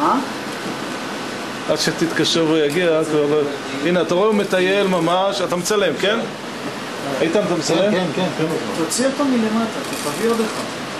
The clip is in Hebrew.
אה? עד שתתקשר והוא יגיע, כבר לא... הנה, אתה רואה, הוא מטייל ממש, אתה מצלם, כן? איתן, אתה מצלם? כן, כן, כן. תוציא אותו מלמטה, תביא עוד אחד.